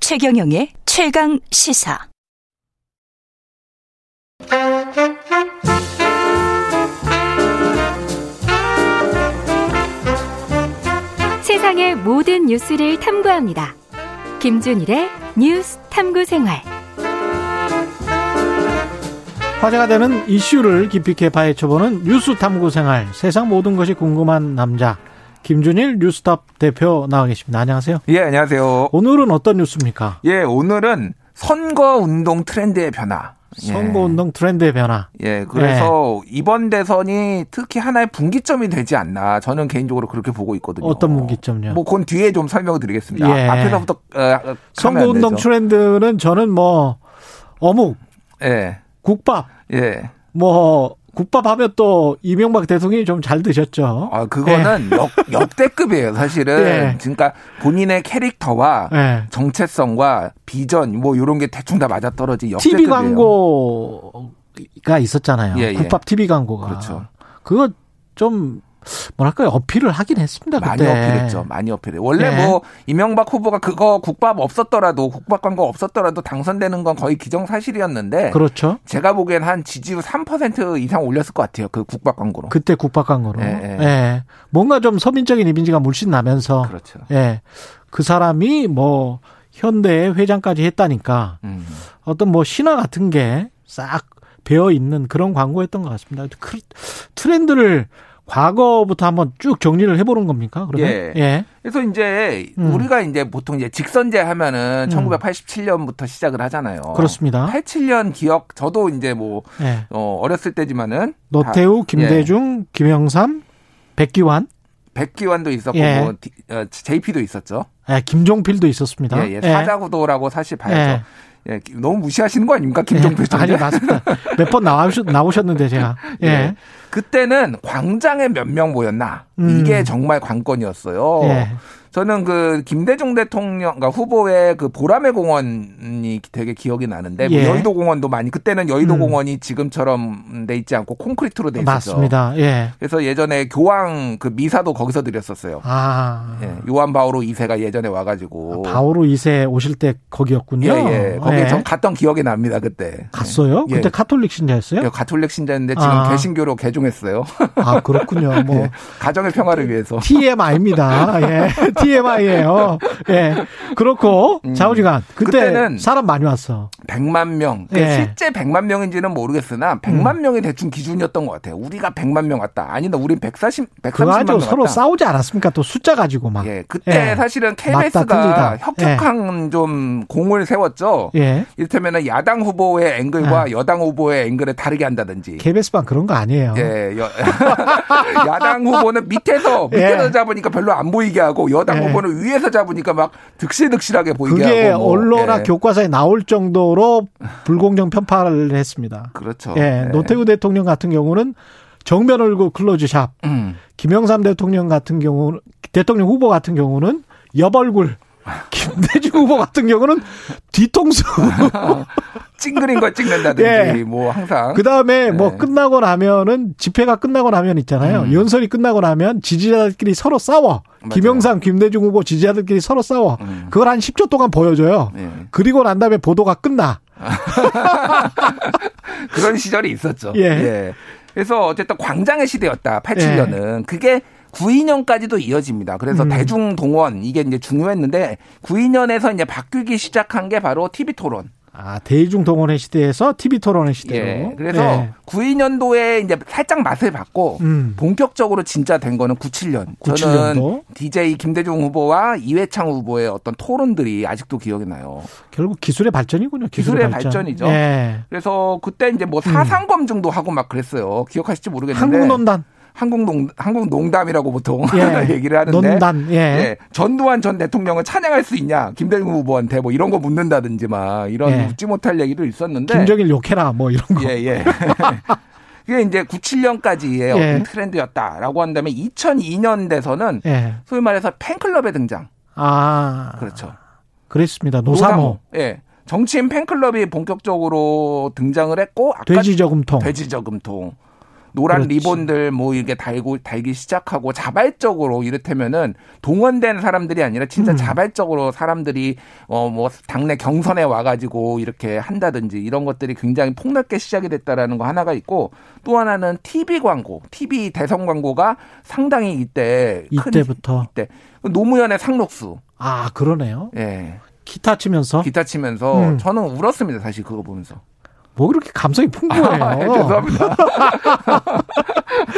최경영의 최강 시사. 세상의 모든 뉴스를 탐구합니다. 김준일의 뉴스 탐구 생활. 화제가 되는 이슈를 깊이 있게 파헤쳐보는 뉴스 탐구 생활. 세상 모든 것이 궁금한 남자. 김준일 뉴스탑 대표 나와 계십니다. 안녕하세요. 예, 안녕하세요. 오늘은 어떤 뉴스입니까? 예, 오늘은 선거 운동 트렌드의 변화. 예. 선거운동 네. 트렌드의 변화. 예, 그래서 이번 대선이 특히 하나의 분기점이 되지 않나. 저는 개인적으로 그렇게 보고 있거든요. 어떤 분기점요? 뭐, 그건 뒤에 좀 설명을 드리겠습니다. 예. 앞에서부터, 어, 선거운동 출 트렌드는 저는 뭐, 어묵, 예, 국밥, 예. 뭐, 국밥 하면 또 이명박 대통령이 좀 잘 드셨죠. 아, 그거는 역, 역대급이에요, 사실은. 예. 그러니까 본인의 캐릭터와 예. 예. 정체성과 비전, 뭐, 요런 게 대충 다 맞아떨어진 역대급이에요. TV 광고가 있었잖아요. 예, 예. 국밥 TV 광고가. 그렇죠. 그거 좀 뭐랄까요 어필을 하긴 했습니다. 많이 그때. 어필했죠. 많이 어필해. 원래 네. 뭐 이명박 후보가 그거 국밥 없었더라도 국밥 광고 없었더라도 당선되는 건 거의 기정사실이었는데 그렇죠. 제가 보기엔 한 지지율 3% 이상 올렸을 것 같아요. 그 국밥 광고로. 그때 국밥 광고로. 예, 예. 예. 뭔가 좀 서민적인 이미지가 물씬 나면서 그렇죠. 예. 그 사람이 뭐 현대 회장까지 했다니까 음. 어떤 뭐 신화 같은 게 싹 배어 있는 그런 광고였던 것 같습니다. 그 트렌드를 과거부터 한번 쭉 정리를 해보는 겁니까? 그러면 예. 예. 그래서 이제 음. 우리가 이제 보통 이제 직선제 하면은 음. 1987년부터 시작을 하잖아요. 그렇습니다. 87년 기억 저도 이제 뭐 예. 어, 어렸을 때지만은 다 노태우, 김대중, 예. 김영삼, 백기환, 백기환도 있었고 예. 뭐 디- 어, JP도 있었죠. 예, 김종필도 있었습니다. 예, 예. 사자구도라고 사실 봐야죠. 예. 예, 기- 너무 무시하시는 거 아닙니까? 김종필 씨. 네. 아니 맞습니다. 몇 번 나오셨, 나오셨는데 제가 예. 예. 그때는 광장에 몇 명 모였나? 음. 이게 정말 관건이었어요. 예. 저는 그 김대중 대통령, 그러니까 후보의 그 보라매 공원이 되게 기억이 나는데, 뭐 예. 여의도 공원도 많이, 그때는 여의도 음. 공원이 지금처럼 돼 있지 않고 콘크리트로 돼 네, 있었죠. 맞습니다. 예. 그래서 예전에 교황 그 미사도 거기서 드렸었어요. 아 예, 요한 바오로 2세가 예전에 와가지고. 바오로 2세 오실 때 예, 거기였군요. 예. 거기에 예. 전 갔던 기억이 납니다, 그때. 갔어요? 예. 그때 카톨릭 신자였어요? 예, 가톨릭 신자인데 지금 아. 개신교로 개종했어요. 아 그렇군요. 뭐 예, 가정의 평화를 그 위해서. TMI입니다. 예. TMI예요. 예. 그렇고 음. 자우지간 그때 그때는 사람 많이 왔어. 100만 명. 그 예. 실제 100만 명인지는 모르겠으나 100만 음. 명이 대충 기준이었던 것 같아요. 우리가 100만 명 왔다. 아니다. 우린 140, 130만 그거 명 가지고 왔다. 서로 싸우지 않았습니까? 또 숫자 가지고 막. 예, 그때 예. 사실은 틀리다. KBS가 혁혁한 좀 공을 세웠죠. 예. 이를테면 야당 후보의 앵글과 여당 후보의 앵글을 다르게 한다든지. KBS만 그런 거 아니에요. 예, 여- 야당 후보는 밑에서 밑에서 예. 잡으니까 별로 안 보이게 하고 예. 여당 후보는 위에서 잡으니까 막 득실득실하게 보이게 그게 하고. 뭐, 언론학 예. 교과서에 나올 정도로 불공정 편파를 했습니다. 그렇죠. 예, 노태우 대통령 같은 경우는 정면 얼굴 클로즈샵, 음. 김영삼 대통령 같은 경우 대통령 후보 같은 경우는 옆 얼굴, 김대중 후보 같은 경우는 뒤통수. 찡그린 걸 찍는다든지 예. 뭐 항상 그 다음에 뭐 네. 끝나고 나면은 집회가 끝나고 나면 있잖아요. 연설이 끝나고 나면 지지자들끼리 서로 싸워. 음. 맞아요. 김영삼, 김대중 후보 지지자들끼리 서로 싸워. 음. 그걸 한 10초 동안 보여줘요. 예. 그리고 난 다음에 보도가 끝나. 그런 시절이 있었죠. 예. 예. 그래서 어쨌든 광장의 시대였다. 87년은 예. 그게 92년까지도 이어집니다. 음. 그래서 대중 동원 이게 이제 중요했는데 92년에서 이제 바뀌기 시작한 게 바로 TV 토론. 아, 대중 동원의 시대에서 TV 토론의 시대로. 예. 그래서 예. 92년도에 이제 살짝 맛을 봤고 음. 본격적으로 진짜 된 거는 97년. 97년도? 저는 DJ 김대중 후보와 이회창 후보의 어떤 토론들이 아직도 기억이 나요. 결국 기술의 발전이군요. 기술의, 기술의 발전. 발전이죠. 예. 그래서 그때 이제 뭐 사상 검증도 하고 막 그랬어요. 기억하실지 모르겠는데 한국논단. 한국농 한국농담이라고 보통 예. 얘기를 하는데 논단. 예. 예, 전두환 전 대통령을 찬양할 수 있냐 김대중 후보한테 뭐 이런 거 묻는다든지 막 이런 예. 웃지 못할 얘기도 있었는데 김정일 욕해라 뭐 이런 거. 예, 예. 이게 이제 97년까지의 예. 어떤 트렌드였다라고 한다면 2002년 돼서는 예. 소위 말해서 팬클럽의 등장. 아. 그렇죠. 그랬습니다. 노사모. 예. 정치인 팬클럽이 본격적으로 등장을 했고 아까 돼지저금통. 돼지저금통. 노란 어. 그렇지. 리본들 뭐 이게 달고 달기 시작하고 자발적으로 이를테면은 동원된 사람들이 아니라 음. 진짜 자발적으로 사람들이 어 뭐 당내 경선에 와가지고 이렇게 한다든지 이런 것들이 굉장히 폭넓게 시작이 됐다라는 거 하나가 있고 또 하나는 TV 광고, TV 대선 광고가 상당히 이때 큰 이때부터 이때 그 노무현의 상록수, 아 그러네요. 예 기타 치면서 기타 치면서 음. 저는 울었습니다 사실 그거 보면서 뭐 그렇게 감성이 풍부해요. 아, 예, 죄송합니다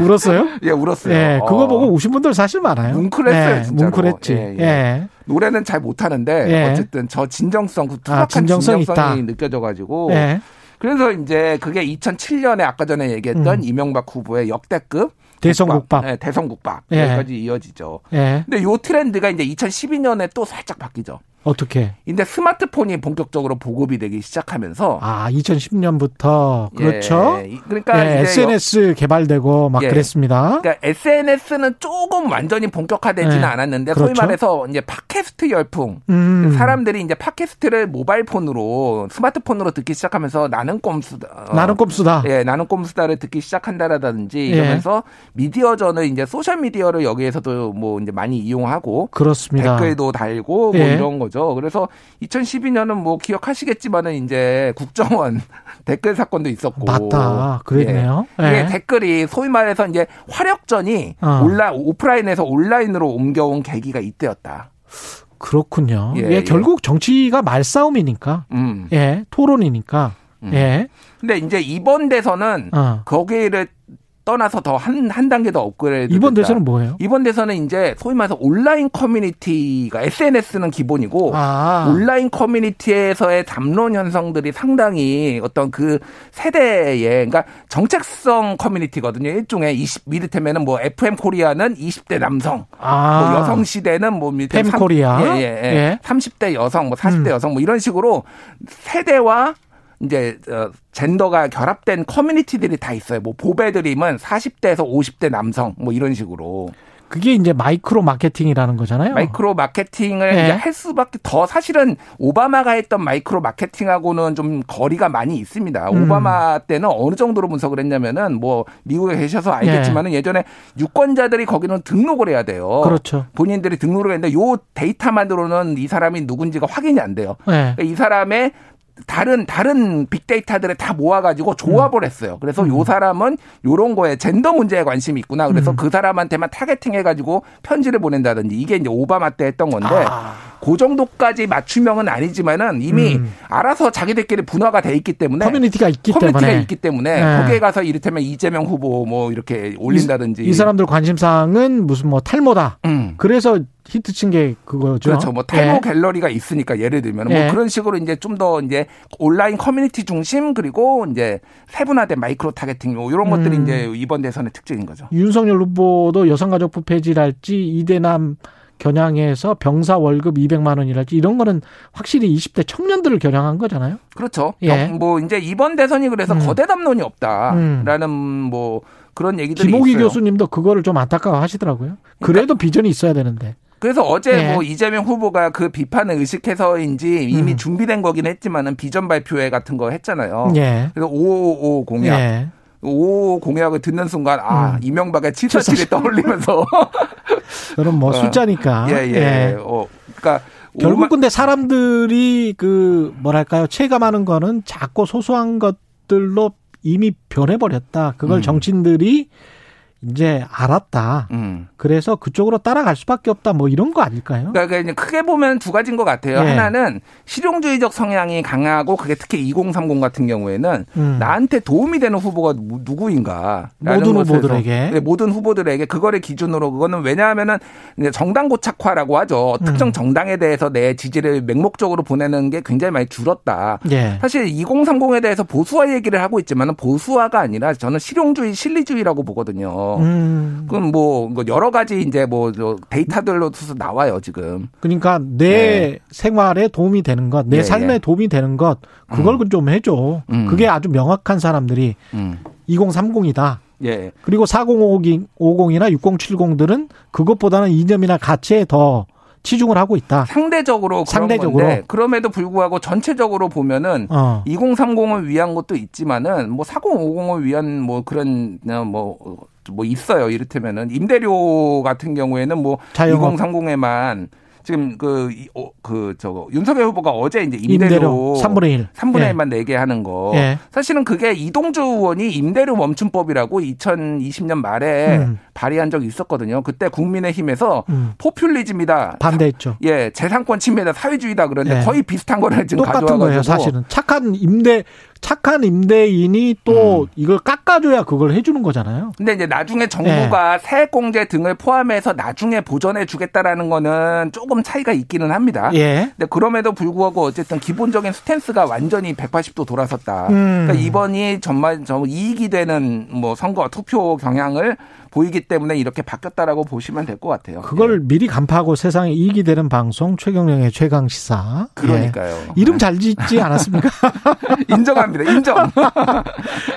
울었어요? 예 울었어요 예, 그거 어. 보고 우신 분들 사실 많아요. 뭉클했어요, 예, 진짜로. 뭉클했지. 예, 예, 예. 노래는 잘 못하는데 예. 어쨌든 저 진정성 그 투박한 아, 진정성이 진정성이, 있다. 느껴져가지고 예. 그래서 이제 그게 2007년에 아까 전에 얘기했던 이명박 후보의 역대급 음. 대성국밥. 네, 대성국밥 예. 여기까지 이어지죠. 예. 근데 요 트렌드가 이제 2012년에 또 살짝 바뀌죠. 어떻게? 근데 스마트폰이 본격적으로 보급이 되기 시작하면서 아, 2010년부터 그렇죠. 예, 그러니까 예, 이제 여- SNS 개발되고 막 예. 그랬습니다. 그러니까 SNS는 조금 완전히 본격화되지는 네. 않았는데 그렇죠. 소위 말해서 이제 팟캐스트 열풍 음. 사람들이 이제 팟캐스트를 모바일 폰으로 스마트폰으로 듣기 시작하면서 나는 꼼수다. 어, 나는 꼼수다. 예, 나는 꼼수다를 듣기 시작한다라든지 예. 이러면서 미디어전을 이제 소셜 미디어를 여기에서도 뭐 이제 많이 이용하고 그렇습니다. 댓글도 달고 뭐 예. 이런 거죠. 그래서 2012년은 뭐 기억하시겠지만은 이제 국정원 댓글 사건도 있었고 맞다. 그랬네요. 예. 예. 이게 댓글이 소위 말해서 이제 화력전이 어. 온라 오프라인에서 온라인으로 옮겨온 계기가 이때였다. 그렇군요. 예, 예, 예. 결국 정치가 말싸움이니까. 음. 예, 토론이니까. 예. 근데 이제 이번 대선은 어. 거기를 떠나서 더 한 한 단계 더 업그레이드. 이번 됐다. 대선은 뭐예요? 이번 대선은 이제 소위 말해서 온라인 커뮤니티가 SNS는 기본이고 아. 온라인 커뮤니티에서의 담론 현상들이 상당히 어떤 그 세대의 그러니까 정책성 커뮤니티거든요. 일종의 20 이를테면은 뭐 FM 코리아는 20대 남성, 아. 뭐 여성 시대는 뭐 밑에 팸 삼- 코리아. 예, 예, 예. 예. 30대 여성, 뭐 음. 40대 여성 뭐 이런 식으로 세대와 이제 어, 젠더가 결합된 커뮤니티들이 다 있어요. 뭐 보배드림은 40대에서 50대 남성 뭐 이런 식으로 그게 이제 마이크로 마케팅이라는 거잖아요. 마이크로 마케팅을 예. 이제 할 수밖에 더 사실은 오바마가 했던 마이크로 마케팅하고는 좀 거리가 많이 있습니다. 음. 오바마 때는 어느 정도로 분석을 했냐면은 뭐 미국에 계셔서 알겠지만은 예전에 유권자들이 거기는 등록을 해야 돼요. 그렇죠. 본인들이 등록을 했는데 요 데이터만으로는 이 사람이 누군지가 확인이 안 돼요. 예. 그러니까 이 사람의 다른 다른 빅데이터들을 다 모아가지고 음. 조합을 했어요. 그래서 요 사람은 요런 거에 젠더 문제에 관심이 있구나. 그래서 음. 그 사람한테만 타겟팅해가지고 편지를 보낸다든지 이게 이제 오바마 때 했던 건데 그 정도까지 맞춤형은 아니지만은 이미 아. 음. 알아서 자기들끼리 분화가 돼 있기 때문에 커뮤니티가 있기 네. 커뮤니티가 때문에 있기 때문에 네. 거기에 가서 이를테면 이재명 후보 뭐 이렇게 올린다든지 이 사람들 관심사항은 무슨 뭐 탈모다. 음. 그래서 히트친 게 그거죠. 그렇죠. 뭐 탈모 예. 갤러리가 있으니까 예를 들면 예. 뭐 그런 식으로 이제 좀 더 이제 온라인 커뮤니티 중심 그리고 이제 세분화된 마이크로 타겟팅 뭐 이런 것들이 음. 이제 이번 대선의 특징인 거죠. 윤석열 후보도 여성가족부 폐지랄지 이대남 겨냥해서 병사 월급 200만 원이랄지 이런 거는 확실히 20대 청년들을 겨냥한 거잖아요. 그렇죠. 예. 뭐 이제 이번 대선이 그래서 음. 거대 담론이 없다라는 뭐 그런 얘기들이 김호기 있어요. 그러니까- 교수님도 그거를 좀 안타까워 하시더라고요. 그래도 비전이 있어야 되는데. 그래서 어제 예. 뭐 이재명 후보가 그 비판을 의식해서인지 이미 음. 준비된 거긴 했지만은 비전 발표회 같은 거 했잖아요. 예. 그래서 555 어, 공약 예. 555 공약을 듣는 순간 아 음. 이명박의 747이 떠올리면서 그럼 뭐 어. 숫자니까. 예, 예. 어, 그러니까 결국 오만- 근데 사람들이 그 뭐랄까요 체감하는 거는 작고 소소한 것들로 이미 변해버렸다. 그걸 음. 정치인들이 이제 알았다. 음. 그래서 그쪽으로 따라갈 수밖에 없다. 뭐 이런 거 아닐까요? 그러니까 이제 크게 보면 두 가지인 것 같아요. 예. 하나는 실용주의적 성향이 강하고 그게 특히 2030 같은 경우에는 음. 나한테 도움이 되는 후보가 누- 누구인가 모든 후보들에게. 네, 모든 후보들에게 그거를 기준으로 그거는 왜냐하면은 이제 정당 고착화라고 하죠. 음. 특정 정당에 대해서 내 지지를 맹목적으로 보내는 게 굉장히 많이 줄었다. 예. 사실 2030에 대해서 보수화 얘기를 하고 있지만 보수화가 아니라 저는 실용주의, 실리주의라고 보거든요. 음. 그건 뭐 이거 여러 가지 이제 뭐저 데이터들로 서 나와요 지금. 그러니까 내 생활에 도움이 되는 것, 내 네. 예, 삶에 예. 도움이 되는 것, 그걸 좀 해줘. 음. 그게 아주 명확한 사람들이 음. 2030이다. 예. 그리고 4050이나 6070들은 그것보다는 이념이나 가치에 더 치중을 하고 있다. 상대적으로 그런 상대적으로. 건데 그럼에도 불구하고 전체적으로 보면은 어. 2030을 위한 것도 있지만은 뭐 4050을 위한 뭐 그런 뭐뭐 뭐 있어요. 이를테면은 임대료 같은 경우에는 뭐 자영업. 2030에만 지금 그그 그 저거 윤석열 후보가 어제 이제 임대료, 임대료 3분의 1. 3분의 예. 1만 내게 하는 거. 예. 사실은 그게 이동주 의원이 임대료 멈춤법이라고 2020년 말에 음. 발의한 적이 있었거든요. 그때 국민의힘에서 음. 포퓰리즘이다. 반대했죠. 예, 재산권 침해다 사회주의다 그러는데 예. 거의 비슷한 거를 지금 똑같은 가져와가지고 뭐 거예요, 사실은. 착한 임대, 착한 임대인이 또 음. 이걸 깎아줘야 그걸 해주는 거잖아요. 근데 이제 나중에 정부가 예. 세액공제 등을 포함해서 나중에 보전해 주겠다라는 거는 조금 차이가 있기는 합니다. 예. 근데 그럼에도 불구하고 어쨌든 기본적인 스탠스가 완전히 180도 돌아섰다. 음. 그러니까 이번이 정말 저 이익이 되는 뭐 선거 투표 경향을 보이기 때문에 이렇게 바뀌었다라고 보시면 될 것 같아요. 예. 그걸 예. 미리 간파하고 세상에 이익이 되는 방송 최경령의 최강 시사. 예. 그러니까요. 이름 잘 짓지 않았습니까? 인정합니다. 인정.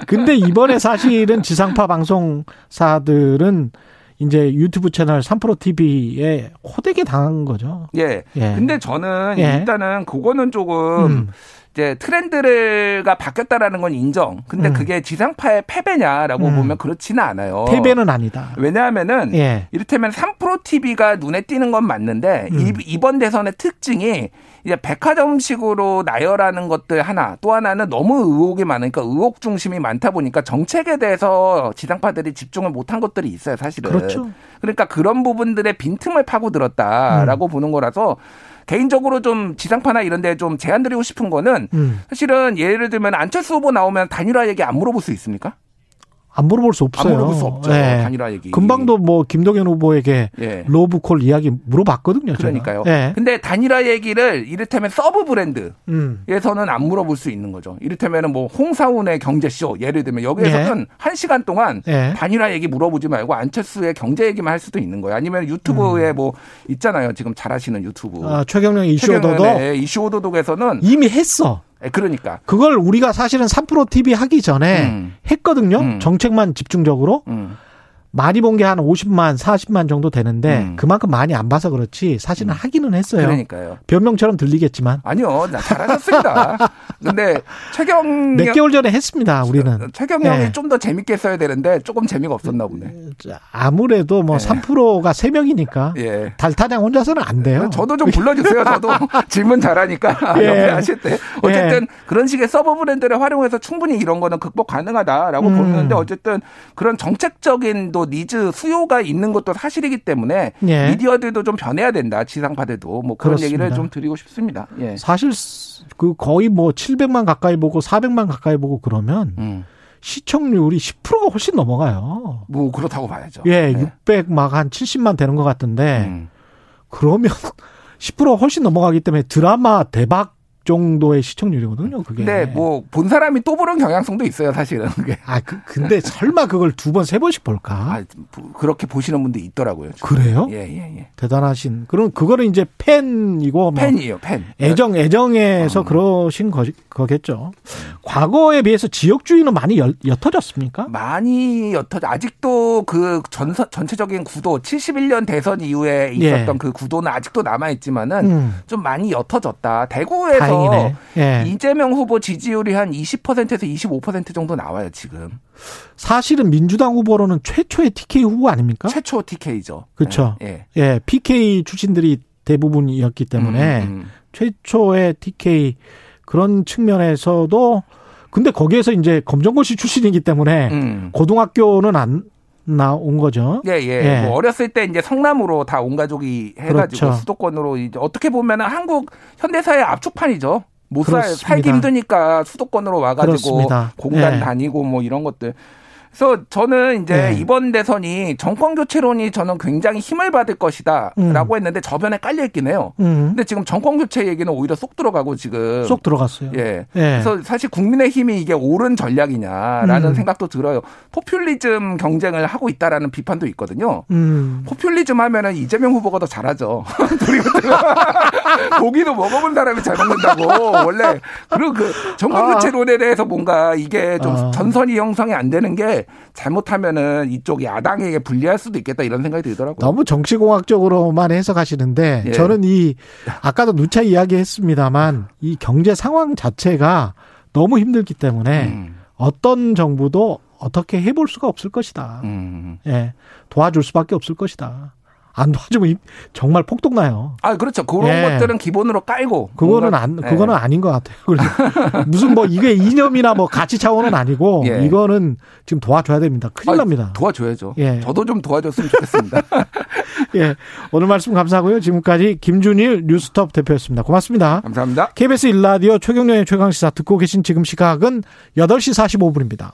근데 이번에 사실은 지상파 방송사들은 이제 유튜브 채널 3프로 TV에 호되게 당한 거죠. 예. 예. 근데 저는 예. 일단은 그거는 조금 음. 이제 트렌드가 바뀌었다라는 건 인정. 근데 음. 그게 지상파의 패배냐라고 음. 보면 그렇지는 않아요. 패배는 아니다. 왜냐하면은 예. 이를테면 3프로 TV가 눈에 띄는 건 맞는데 음. 이, 이번 대선의 특징이 이제 백화점식으로 나열하는 것들 하나 또 하나는 너무 의혹이 많으니까 의혹 중심이 많다 보니까 정책에 대해서 지상파들이 집중을 못한 것들이 있어요 사실은 그렇죠. 그러니까 그런 부분들의 빈틈을 파고들었다라고 음. 보는 거라서 개인적으로 좀 지상파나 이런 데 좀 제안 드리고 싶은 거는 음. 사실은 예를 들면 안철수 후보 나오면 단일화 얘기 안 물어볼 수 있습니까? 안 물어볼 수 없어요. 안 물어볼 수 없죠. 예. 단일화 얘기. 금방도 뭐 김동연 후보에게 예. 로브콜 이야기 물어봤거든요. 제가. 그러니까요. 예. 근데 단일화 얘기를 이를테면 서브 브랜드 음. 에서는 안 물어볼 수 있는 거죠. 이를테면은 뭐 홍사운의 경제쇼 예를 들면 여기에서는 한 시간 동안 예. 단일화 얘기 물어보지 말고 안철수의 경제 얘기만 할 수도 있는 거예요. 아니면 유튜브에 뭐 있잖아요. 지금 잘하시는 유튜브. 음. 아, 최경령 이슈오더도 음. 최경연의 네. 이슈 오도독에서는 이미 했어. 예, 그러니까 그걸 우리가 사실은 3프로 TV 하기 전에 음. 했거든요. 음. 정책만 집중적으로 음, 많이 본 게 한 50만, 40만 정도 되는데 음. 그만큼 많이 안 봐서 그렇지 사실은 하기는 했어요. 그러니까요. 변명처럼 들리겠지만 아니요, 나 잘하셨습니다. 근데 최경 몇 개월 전에 했습니다. 우리는 음, 최경영이 예. 좀 더 재밌게 써야 되는데 조금 재미가 없었나 보네. 아무래도 뭐 3프로가 3 명이니까 예. 달타냥 혼자서는 안 돼요. 아, 저도 좀 불러주세요. 저도 질문 잘하니까 예. 옆에 하실 때 어쨌든 그런 식의 서브 브랜드를 활용해서 충분히 이런 거는 극복 가능하다라고 음. 보는데 어쨌든 그런 정책적인 또 니즈 수요가 있는 것도 사실이기 때문에 예. 미디어들도 좀 변해야 된다. 지상파들도 뭐 그런 그렇습니다. 얘기를 좀 드리고 싶습니다. 예. 사실 그 거의 뭐 700만 가까이 보고 400만 가까이 보고 그러면 음. 시청률이 10%가 훨씬 넘어가요. 뭐 그렇다고 봐야죠. 네. 예, 600 막 한 70만 되는 것 같은데 음. 그러면 10% 훨씬 넘어가기 때문에 드라마 대박 정도의 시청률이거든요. 그게. 근데 뭐 본 사람이 또 보는 경향성도 있어요, 사실은. 그게. 아, 그, 근데 설마 그걸 두 번, 세 번씩 볼까? 아, 부- 그렇게 보시는 분도 있더라고요. 그래요? 예, 예, 예. 대단하신. 그럼 그거는 이제 팬이고 뭐 팬이에요, 아. 팬. 애정 애정에서 그러신 거, 거겠죠. 과거에 비해서 지역주의는 많이 열- 옅어졌습니까? 많이 옅어 아직도 그 전서, 전체적인 구도 71년 대선 이후에 있었던 예. 그 구도는 아직도 남아 있지만은 음. 좀 많이 옅어졌다. 대구에서 다행이네. 예. 이재명 후보 지지율이 한 20%에서 25% 정도 나와요, 지금. 사실은 민주당 후보로는 최초의 TK 후보 아닙니까? 최초 TK죠. 그쵸. 예. 예. 예, PK 출신들이 대부분이었기 때문에 음, 음. 최초의 TK 그런 측면에서도 근데 거기에서 이제 검정고시 출신이기 때문에 음. 고등학교는 안 나온 거죠. 예, 예. 예. 뭐 어렸을 때 이제 성남으로 다 온 가족이 해가지고 그렇죠. 수도권으로 이제 어떻게 보면은 한국 현대사의 압축판이죠. 못 살, 그렇습니다. 살기 힘드니까 수도권으로 와가지고 그렇습니다. 공단 예. 다니고 뭐 이런 것들. 그래서 저는 이제 예. 이번 대선이 정권 교체론이 저는 굉장히 힘을 받을 것이다라고 했는데 저변에 깔려 있긴 해요. 음. 근데 지금 정권 교체 얘기는 오히려 쏙 들어가고 지금 쏙 들어갔어요. 네. 예. 예. 그래서 사실 국민의힘이 이게 옳은 전략이냐라는 음. 생각도 들어요. 포퓰리즘 경쟁을 하고 있다라는 비판도 있거든요. 음. 포퓰리즘 하면은 이재명 후보가 더 잘하죠. 그리고 고기도 먹어본 사람이 잘 먹는다고 원래 그리고 그 정권 교체론에 대해서 뭔가 이게 좀 아. 전선이 형성이 안 되는 게 되는데 잘못하면은 이쪽 야당에게 불리할 수도 있겠다 이런 생각이 들더라고요. 너무 정치공학적으로만 해석하시는데 예. 저는 이 아까도 누차 이야기했습니다만 이 경제 상황 자체가 너무 힘들기 때문에 음, 어떤 정부도 어떻게 해볼 수가 없을 것이다. 음. 예, 도와줄 수밖에 없을 것이다. 안 도와주면 이- 정말 폭동 나요. 아 그렇죠. 그런 예. 것들은 기본으로 깔고 그거는 뭔가- 안, 예. 그거는 아닌 것 같아요. 그래서 무슨 뭐 이게 이념이나 뭐 가치 차원은 아니고 예. 이거는 지금 도와줘야 됩니다. 큰일 아니, 납니다. 도와줘야죠. 예. 저도 좀 도와줬으면 좋겠습니다. 예. 오늘 말씀 감사하고요. 지금까지 김준일 뉴스톱 대표였습니다. 고맙습니다. 감사합니다. KBS 일라디오 최경련의 최강시사 듣고 계신 지금 시각은 8시 45분입니다.